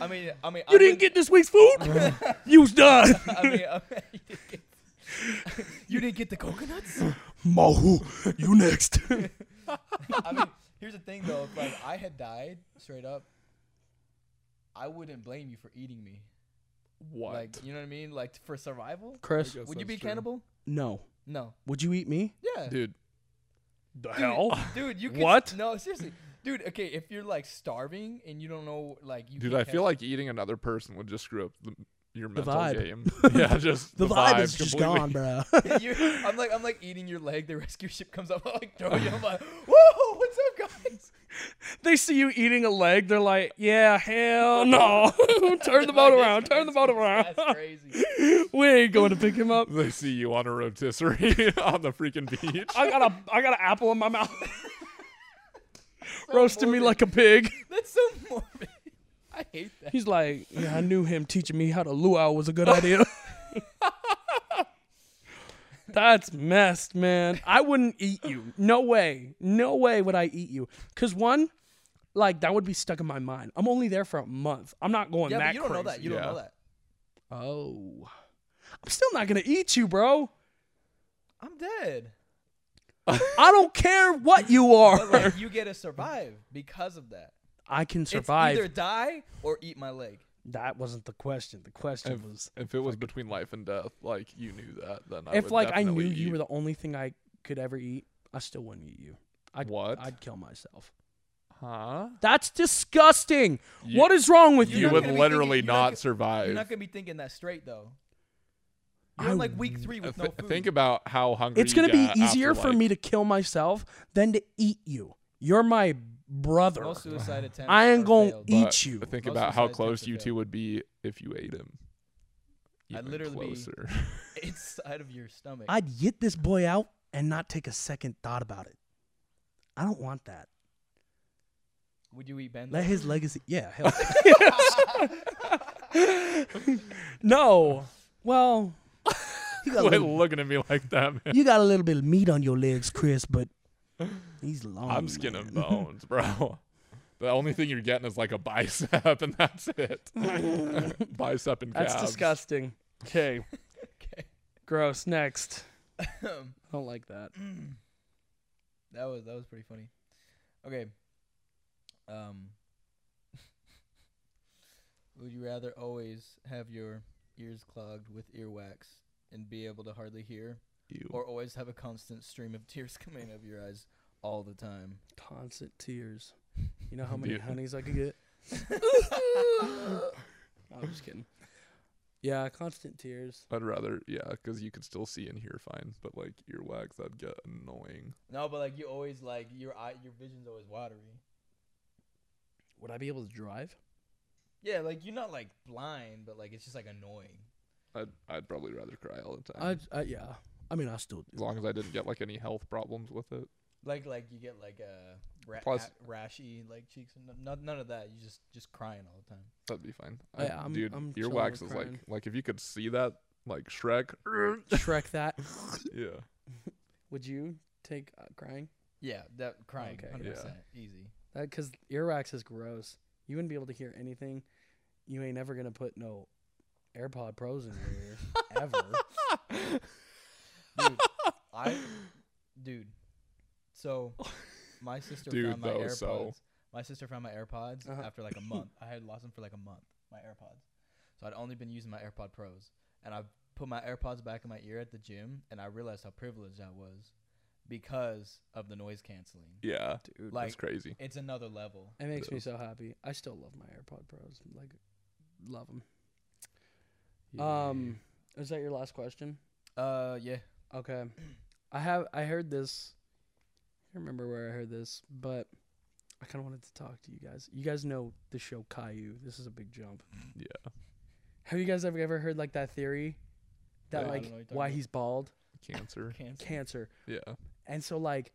[SPEAKER 4] mean, I mean, I
[SPEAKER 1] You didn't get this week's food. you was done.
[SPEAKER 4] get. I mean, I mean, you didn't get- you didn't get the coconuts.
[SPEAKER 1] Mahu, you next.
[SPEAKER 4] I mean, here's the thing though. If like I had died straight up, I wouldn't blame you for eating me.
[SPEAKER 3] What?
[SPEAKER 4] Like, you know what I mean? Like for survival.
[SPEAKER 1] Chris,
[SPEAKER 3] I guess
[SPEAKER 4] Would you
[SPEAKER 3] that's
[SPEAKER 4] be a
[SPEAKER 3] true.
[SPEAKER 4] cannibal?
[SPEAKER 1] no.
[SPEAKER 4] No.
[SPEAKER 1] Would you eat me?
[SPEAKER 4] Yeah.
[SPEAKER 3] Dude,
[SPEAKER 1] The
[SPEAKER 4] Dude, Dude, you could,
[SPEAKER 1] What?
[SPEAKER 4] No, seriously. Dude, okay, if you're like starving and you don't know like you
[SPEAKER 3] dude,
[SPEAKER 4] can't
[SPEAKER 3] I feel
[SPEAKER 4] catch-
[SPEAKER 3] like eating another person would just screw up the, your mental
[SPEAKER 1] vibe.
[SPEAKER 3] game. yeah, just
[SPEAKER 1] The, vibe, is just
[SPEAKER 3] completely.
[SPEAKER 1] gone, bro.
[SPEAKER 4] you, I'm like I'm like eating your leg, the rescue ship comes up, I like throw you, I'm like, Whoa, what's up guys?
[SPEAKER 1] they see you eating a leg. They're like, yeah, hell no. Turn the boat
[SPEAKER 4] Like,
[SPEAKER 1] around. Turn the boat around.
[SPEAKER 4] That's crazy.
[SPEAKER 1] we ain't going to pick him up.
[SPEAKER 3] They see you on a rotisserie on the freaking beach.
[SPEAKER 1] I got a I got an apple in my mouth. Roasting me like a pig.
[SPEAKER 4] That's so morbid. I hate that.
[SPEAKER 1] He's like, yeah, I knew him teaching me how to luau was a good idea. That's messed, man. I wouldn't eat you. No way. No way would I eat you. Cause one, like that would be stuck in my mind. I'm only there for a month. I'm not going
[SPEAKER 4] Yeah,
[SPEAKER 1] that
[SPEAKER 4] but you don't know that.
[SPEAKER 1] crazy.
[SPEAKER 4] You don't know
[SPEAKER 3] Yeah.
[SPEAKER 4] that.
[SPEAKER 1] Oh, I'm still not gonna eat you, bro.
[SPEAKER 4] I'm dead.
[SPEAKER 1] I don't care what you
[SPEAKER 4] But
[SPEAKER 1] are.
[SPEAKER 4] like you get to survive because of that.
[SPEAKER 1] I can
[SPEAKER 4] It's either
[SPEAKER 1] survive.
[SPEAKER 4] die or eat my leg.
[SPEAKER 1] That wasn't the question. The question
[SPEAKER 3] If-
[SPEAKER 1] was
[SPEAKER 3] If it was between life and death, like you knew that, then I
[SPEAKER 1] if
[SPEAKER 3] would
[SPEAKER 1] like I knew
[SPEAKER 3] definitely
[SPEAKER 1] you
[SPEAKER 3] eat.
[SPEAKER 1] were the only thing I could ever eat, I still wouldn't eat you. I'd,
[SPEAKER 3] What?
[SPEAKER 1] I'd kill myself.
[SPEAKER 3] huh?
[SPEAKER 1] That's disgusting.
[SPEAKER 3] You-
[SPEAKER 1] what is wrong with
[SPEAKER 4] You're
[SPEAKER 3] You
[SPEAKER 1] you?
[SPEAKER 4] not
[SPEAKER 3] would
[SPEAKER 4] gonna be
[SPEAKER 3] literally
[SPEAKER 4] thinking- you're not
[SPEAKER 3] not
[SPEAKER 4] gonna-
[SPEAKER 3] survive.
[SPEAKER 4] You're not gonna be thinking that straight though.
[SPEAKER 1] I
[SPEAKER 4] You're in, like week three
[SPEAKER 3] Uh,
[SPEAKER 4] with no
[SPEAKER 3] th-
[SPEAKER 4] food.
[SPEAKER 3] Think about how hungry.
[SPEAKER 1] It's
[SPEAKER 3] you
[SPEAKER 1] gonna be
[SPEAKER 3] get
[SPEAKER 1] easier
[SPEAKER 3] after,
[SPEAKER 1] for
[SPEAKER 3] like-
[SPEAKER 1] me to kill myself than to eat you. You're my brother.
[SPEAKER 4] no suicide attempts.
[SPEAKER 1] I ain't
[SPEAKER 4] are
[SPEAKER 1] gonna
[SPEAKER 4] failed.
[SPEAKER 1] eat
[SPEAKER 3] but
[SPEAKER 1] you.
[SPEAKER 3] Think
[SPEAKER 4] Most
[SPEAKER 3] about
[SPEAKER 4] suicides
[SPEAKER 3] how
[SPEAKER 4] tend
[SPEAKER 3] close
[SPEAKER 4] to
[SPEAKER 3] you
[SPEAKER 4] fail.
[SPEAKER 3] two would be if you ate him.
[SPEAKER 4] I'd
[SPEAKER 3] Even
[SPEAKER 4] literally be-
[SPEAKER 3] closer.
[SPEAKER 4] inside of your stomach.
[SPEAKER 1] I'd yit this boy out and not take a second thought about it. I don't want that.
[SPEAKER 4] Would you eat Benzo?
[SPEAKER 1] Let his legacy. Yeah. Hell. no. Well, you got, a
[SPEAKER 3] Quit
[SPEAKER 1] little,
[SPEAKER 3] looking at me like that, man.
[SPEAKER 1] you got a little bit of meat on your legs, Chris, but he's long.
[SPEAKER 3] I'm skin
[SPEAKER 1] man.
[SPEAKER 3] and bones, bro. The only thing you're getting is like a bicep, and that's it. bicep and
[SPEAKER 1] That's
[SPEAKER 3] calves.
[SPEAKER 1] disgusting. Okay.
[SPEAKER 4] okay.
[SPEAKER 1] Gross. Next.
[SPEAKER 4] that
[SPEAKER 1] I don't like that.
[SPEAKER 4] was that was pretty funny. Okay. Um. would you rather always have your ears clogged with earwax and be able to hardly hear,
[SPEAKER 3] Ew.
[SPEAKER 4] or always have a constant stream of tears coming out of your eyes all the time?
[SPEAKER 1] Constant tears. You know how many
[SPEAKER 3] Dude.
[SPEAKER 1] honeys I could get? I'm just kidding. Yeah, constant tears.
[SPEAKER 3] I'd rather, yeah, 'cause you could still see and hear fine, but like earwax, that'd get annoying.
[SPEAKER 4] No, but like you always like your eye, your vision's always watery.
[SPEAKER 1] Would I be able to drive?
[SPEAKER 4] Yeah, like you're not like blind, but like it's just like annoying.
[SPEAKER 3] I'd, I'd probably rather cry all the time.
[SPEAKER 1] I, I yeah. I mean, I still
[SPEAKER 3] as long as I didn't get like any health problems with it.
[SPEAKER 4] Like like you get like uh ra-
[SPEAKER 3] Plus-
[SPEAKER 4] a- rashy like cheeks and none, none of that. You just just crying all the time.
[SPEAKER 3] That'd be fine.
[SPEAKER 1] Oh,
[SPEAKER 3] I-
[SPEAKER 1] yeah, I'm-
[SPEAKER 3] dude,
[SPEAKER 1] I'm chilling
[SPEAKER 3] earwax
[SPEAKER 1] with
[SPEAKER 3] is
[SPEAKER 1] crying.
[SPEAKER 3] like like if you could see that like Shrek.
[SPEAKER 1] Shrek that.
[SPEAKER 3] yeah.
[SPEAKER 1] Would you take uh, crying?
[SPEAKER 4] Yeah, that crying,
[SPEAKER 1] Okay.
[SPEAKER 4] hundred
[SPEAKER 3] Yeah.
[SPEAKER 4] percent easy.
[SPEAKER 1] That because earwax is gross. You wouldn't be able to hear anything. You ain't ever gonna put no AirPod Pros in your ear ever.
[SPEAKER 4] Dude, I, dude. So, my sister
[SPEAKER 3] Dude,
[SPEAKER 4] found my
[SPEAKER 3] though,
[SPEAKER 4] AirPods.
[SPEAKER 3] so-
[SPEAKER 4] My sister found my AirPods
[SPEAKER 1] Uh-huh.
[SPEAKER 4] after like a month. I had lost them for like a month. My AirPods. So I'd only been using my AirPod Pros, and I put my AirPods back in my ear at the gym, and I realized how privileged I was because of the noise canceling.
[SPEAKER 3] Yeah.
[SPEAKER 1] Dude,
[SPEAKER 3] That's
[SPEAKER 4] Like
[SPEAKER 3] crazy.
[SPEAKER 4] it's another level.
[SPEAKER 1] it makes me so happy. I still love my AirPod Pros. Like, love them. Um, is that your last question?
[SPEAKER 4] Uh, yeah.
[SPEAKER 1] Okay. I have I heard this. I can't remember where I heard this, but I kind of wanted to talk to you guys. You guys know the show Caillou. This is a big jump.
[SPEAKER 3] yeah.
[SPEAKER 1] Have you guys ever ever heard like that theory that
[SPEAKER 3] Yeah. I
[SPEAKER 1] like
[SPEAKER 4] don't know what you're talking
[SPEAKER 1] why
[SPEAKER 4] about.
[SPEAKER 1] he's bald?
[SPEAKER 3] Cancer.
[SPEAKER 4] Cancer.
[SPEAKER 1] Cancer.
[SPEAKER 3] Yeah.
[SPEAKER 1] And so like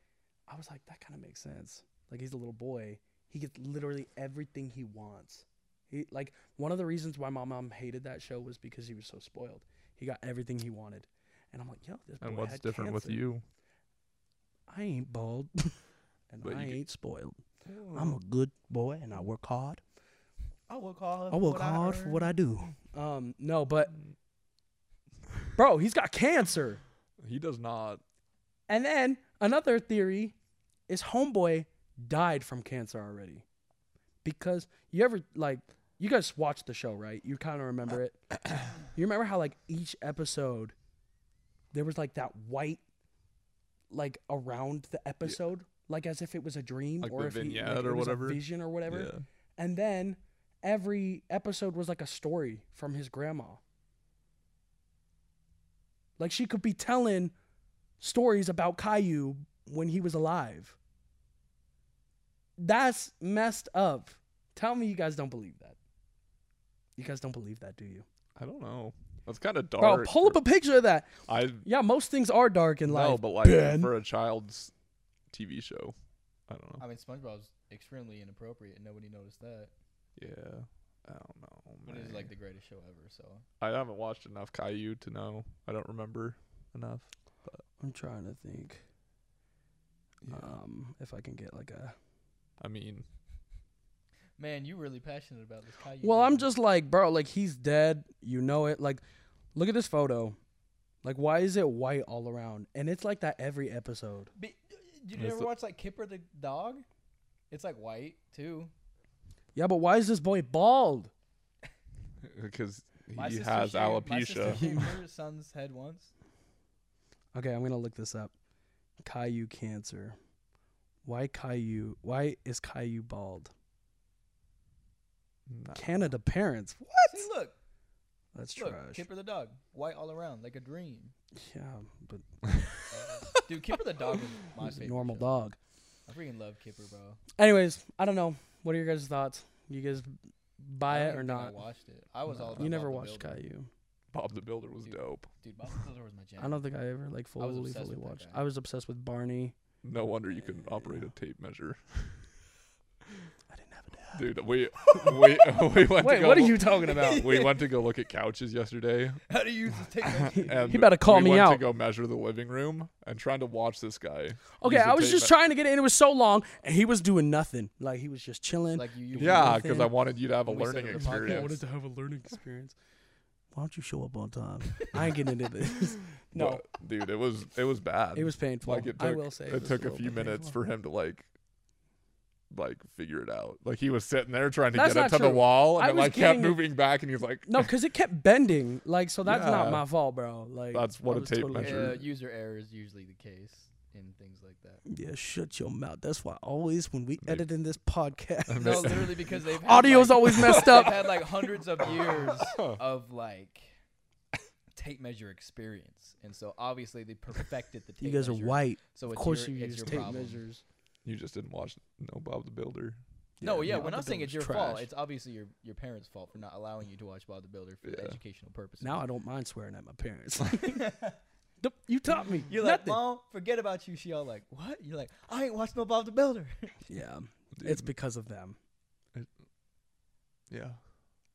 [SPEAKER 1] I was like that kind of makes sense. Like he's a little boy. He gets literally everything he wants. He like one of the reasons why my mom hated that show was because he was so spoiled. He got everything he wanted. And I'm like, yo, this boy
[SPEAKER 3] And what's
[SPEAKER 1] had
[SPEAKER 3] different
[SPEAKER 1] cancer.
[SPEAKER 3] with you?
[SPEAKER 1] I ain't bald and
[SPEAKER 3] But you
[SPEAKER 1] I
[SPEAKER 3] could-
[SPEAKER 1] ain't spoiled. I'm a good boy and I work hard.
[SPEAKER 4] I will call.
[SPEAKER 1] I work hard for what I do. Um, no, but bro, he's got cancer.
[SPEAKER 3] He does not.
[SPEAKER 1] And then another theory is homeboy died from cancer already. Because you ever like you guys watched the show, right? You kind of remember it. you remember how like each episode there was like that white like around the episode, like as if it was a dream
[SPEAKER 3] Like
[SPEAKER 1] or
[SPEAKER 3] the
[SPEAKER 1] if he- like,
[SPEAKER 3] vignette
[SPEAKER 1] it
[SPEAKER 3] or
[SPEAKER 1] was a
[SPEAKER 3] whatever.
[SPEAKER 1] vision or whatever.
[SPEAKER 3] Yeah.
[SPEAKER 1] And then every episode was like a story from his grandma. Like she could be telling stories about Caillou when he was alive. That's messed up. Tell me you guys don't believe that. You guys don't believe that, do you?
[SPEAKER 3] I don't know. That's kind of dark.
[SPEAKER 1] Bro, pull up
[SPEAKER 3] for-
[SPEAKER 1] a picture of that.
[SPEAKER 3] I
[SPEAKER 1] Yeah, most things are dark in life.
[SPEAKER 3] no, but like
[SPEAKER 1] Ben.
[SPEAKER 3] for a child's TV show, I don't know.
[SPEAKER 4] I mean, SpongeBob's extremely inappropriate, and nobody noticed that.
[SPEAKER 3] Yeah. I don't know.
[SPEAKER 4] But it's like
[SPEAKER 3] man.
[SPEAKER 4] the greatest show ever. So
[SPEAKER 3] I haven't watched enough Caillou to know. I don't remember enough.
[SPEAKER 1] I'm trying to think.
[SPEAKER 3] Yeah.
[SPEAKER 1] Um, if I can get like a
[SPEAKER 3] Uh, I mean,
[SPEAKER 4] Man, you really passionate about this. Caillou
[SPEAKER 1] Well, I'm
[SPEAKER 4] movie.
[SPEAKER 1] just like, bro, like he's dead. You know it. Like, look at this photo. Like, why is it white all around? And it's like that every episode.
[SPEAKER 4] Be- did you
[SPEAKER 3] That's
[SPEAKER 4] ever
[SPEAKER 3] the-
[SPEAKER 4] watch like Kipper the dog? It's like white too.
[SPEAKER 1] Yeah, but why is this boy bald?
[SPEAKER 3] because
[SPEAKER 4] My
[SPEAKER 3] he
[SPEAKER 4] sister
[SPEAKER 3] has
[SPEAKER 4] shaved- My sister
[SPEAKER 3] alopecia.
[SPEAKER 4] shaved her son's head once.
[SPEAKER 1] Okay, I'm gonna look this up. Caillou cancer. Why Caillou? Why is Caillou bald?
[SPEAKER 3] Nah.
[SPEAKER 1] Canada parents. What?
[SPEAKER 4] See, look,
[SPEAKER 1] That's trash.
[SPEAKER 4] look, Kipper the dog, white all around, like a dream.
[SPEAKER 1] Yeah, but
[SPEAKER 4] Dude, Kipper the dog was my favorite.
[SPEAKER 1] normal
[SPEAKER 4] show.
[SPEAKER 1] dog.
[SPEAKER 4] I freaking love Kipper, bro.
[SPEAKER 1] Anyways, I don't know. What are your guys' thoughts? You guys
[SPEAKER 4] I
[SPEAKER 1] buy
[SPEAKER 4] don't
[SPEAKER 1] it
[SPEAKER 4] even
[SPEAKER 1] or
[SPEAKER 4] think I
[SPEAKER 1] not?
[SPEAKER 4] watched it. I was all. About
[SPEAKER 1] You never
[SPEAKER 4] Bob the
[SPEAKER 1] watched
[SPEAKER 4] Builder.
[SPEAKER 1] Caillou.
[SPEAKER 3] Bob the Builder was
[SPEAKER 4] Dude.
[SPEAKER 3] dope.
[SPEAKER 4] Dude, Bob the Builder was my jam.
[SPEAKER 1] I don't think I ever like
[SPEAKER 4] I was
[SPEAKER 1] fully
[SPEAKER 4] obsessed
[SPEAKER 1] fully
[SPEAKER 4] with that
[SPEAKER 1] watched.
[SPEAKER 4] guy.
[SPEAKER 1] I was obsessed with Barney.
[SPEAKER 3] No wonder you couldn't operate a tape measure,
[SPEAKER 1] I didn't have a dad.
[SPEAKER 3] dude. We we we went. to
[SPEAKER 1] Wait,
[SPEAKER 3] go
[SPEAKER 1] what are
[SPEAKER 3] look-
[SPEAKER 1] you talking about?
[SPEAKER 3] We went to go look at couches yesterday.
[SPEAKER 4] How do you use this tape measure?
[SPEAKER 3] And
[SPEAKER 1] He better call
[SPEAKER 3] we
[SPEAKER 1] me
[SPEAKER 3] went
[SPEAKER 1] out.
[SPEAKER 3] To go measure the living room and trying to watch this guy.
[SPEAKER 1] Okay,
[SPEAKER 3] use the
[SPEAKER 1] I was
[SPEAKER 3] tape
[SPEAKER 1] just
[SPEAKER 3] me-
[SPEAKER 1] trying to get in. It was so long, and he was doing nothing. Like he was just chilling.
[SPEAKER 4] Like you, you
[SPEAKER 3] Yeah,
[SPEAKER 1] nothing.
[SPEAKER 3] because I wanted you to have a
[SPEAKER 4] When we set
[SPEAKER 3] learning
[SPEAKER 4] up the podcast.
[SPEAKER 1] I
[SPEAKER 3] experience.
[SPEAKER 1] wanted to have a learning experience. Why don't you show up on time? I ain't getting into this. No,
[SPEAKER 3] But, dude, it was it was bad.
[SPEAKER 1] it was painful.
[SPEAKER 3] like it took,
[SPEAKER 1] I will say
[SPEAKER 3] it
[SPEAKER 1] was
[SPEAKER 3] took a
[SPEAKER 1] little
[SPEAKER 3] few
[SPEAKER 1] bit
[SPEAKER 3] minutes
[SPEAKER 1] painful.
[SPEAKER 3] for him to like like figure it out. Like he was sitting there trying to
[SPEAKER 1] That's
[SPEAKER 3] get
[SPEAKER 1] not
[SPEAKER 3] it to the
[SPEAKER 1] true.
[SPEAKER 3] wall and
[SPEAKER 1] I
[SPEAKER 3] it
[SPEAKER 1] was
[SPEAKER 3] like kept
[SPEAKER 1] getting-
[SPEAKER 3] moving back and he was like
[SPEAKER 1] no, because it kept bending. Like so, that's not
[SPEAKER 3] Yeah.
[SPEAKER 1] my fault, bro. Like
[SPEAKER 3] That's what
[SPEAKER 1] I
[SPEAKER 3] a
[SPEAKER 1] was
[SPEAKER 3] tape
[SPEAKER 1] totally-
[SPEAKER 3] measure-
[SPEAKER 4] Yeah, user error is usually the case in things like that.
[SPEAKER 1] Yeah, shut your mouth. That's why always when we
[SPEAKER 3] Maybe.
[SPEAKER 1] edit in this podcast,
[SPEAKER 4] No, literally because they've had
[SPEAKER 1] audio's
[SPEAKER 4] like,
[SPEAKER 1] always messed
[SPEAKER 4] they've
[SPEAKER 1] up.
[SPEAKER 4] had like hundreds of years of like tape measure experience, and so obviously they perfected the tape.
[SPEAKER 1] You guys are
[SPEAKER 4] measure,
[SPEAKER 1] white.
[SPEAKER 4] so
[SPEAKER 1] Of
[SPEAKER 4] it's
[SPEAKER 1] course
[SPEAKER 4] your,
[SPEAKER 1] you
[SPEAKER 4] it's
[SPEAKER 1] use
[SPEAKER 4] your
[SPEAKER 1] tape
[SPEAKER 4] problem.
[SPEAKER 1] measures.
[SPEAKER 3] You just didn't watch No Bob the Builder.
[SPEAKER 4] No, yeah,
[SPEAKER 1] no,
[SPEAKER 4] we're
[SPEAKER 1] the
[SPEAKER 4] not saying it's your
[SPEAKER 1] builder's
[SPEAKER 4] fault.
[SPEAKER 1] trash.
[SPEAKER 4] It's obviously your your parents' fault for not allowing you to watch Bob the Builder for
[SPEAKER 3] Yeah.
[SPEAKER 4] educational purposes.
[SPEAKER 1] Now I don't mind swearing at my parents. Dup, You taught me.
[SPEAKER 4] You're like,
[SPEAKER 1] Nothing.
[SPEAKER 4] Mom, forget about you. She all like, what? You're like, I ain't watched no Bob the Builder.
[SPEAKER 1] yeah,
[SPEAKER 3] Dude,
[SPEAKER 1] it's because of them.
[SPEAKER 3] yeah.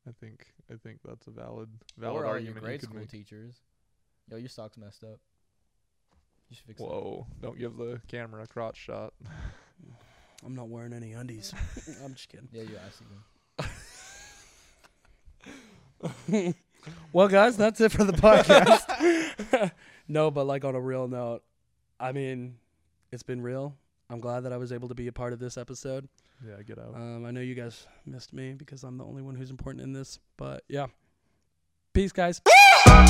[SPEAKER 3] I think I think that's a valid valid
[SPEAKER 4] or all your
[SPEAKER 3] argument. you
[SPEAKER 4] grade
[SPEAKER 3] could
[SPEAKER 4] school
[SPEAKER 3] make.
[SPEAKER 4] teachers. Yo, your sock's messed up. You should fix it.
[SPEAKER 3] Whoa! Don't give the camera a crotch shot.
[SPEAKER 1] I'm not wearing any undies. I'm just kidding.
[SPEAKER 4] Yeah, you're asking me.
[SPEAKER 1] Well, guys, that's it for the podcast. no, but like on a real note, I mean, it's been real. I'm glad that I was able to be a part of this episode.
[SPEAKER 3] Yeah, get out.
[SPEAKER 1] Um, I know you guys missed me because I'm the only one who's important in this, but yeah. Peace, guys.
[SPEAKER 2] What,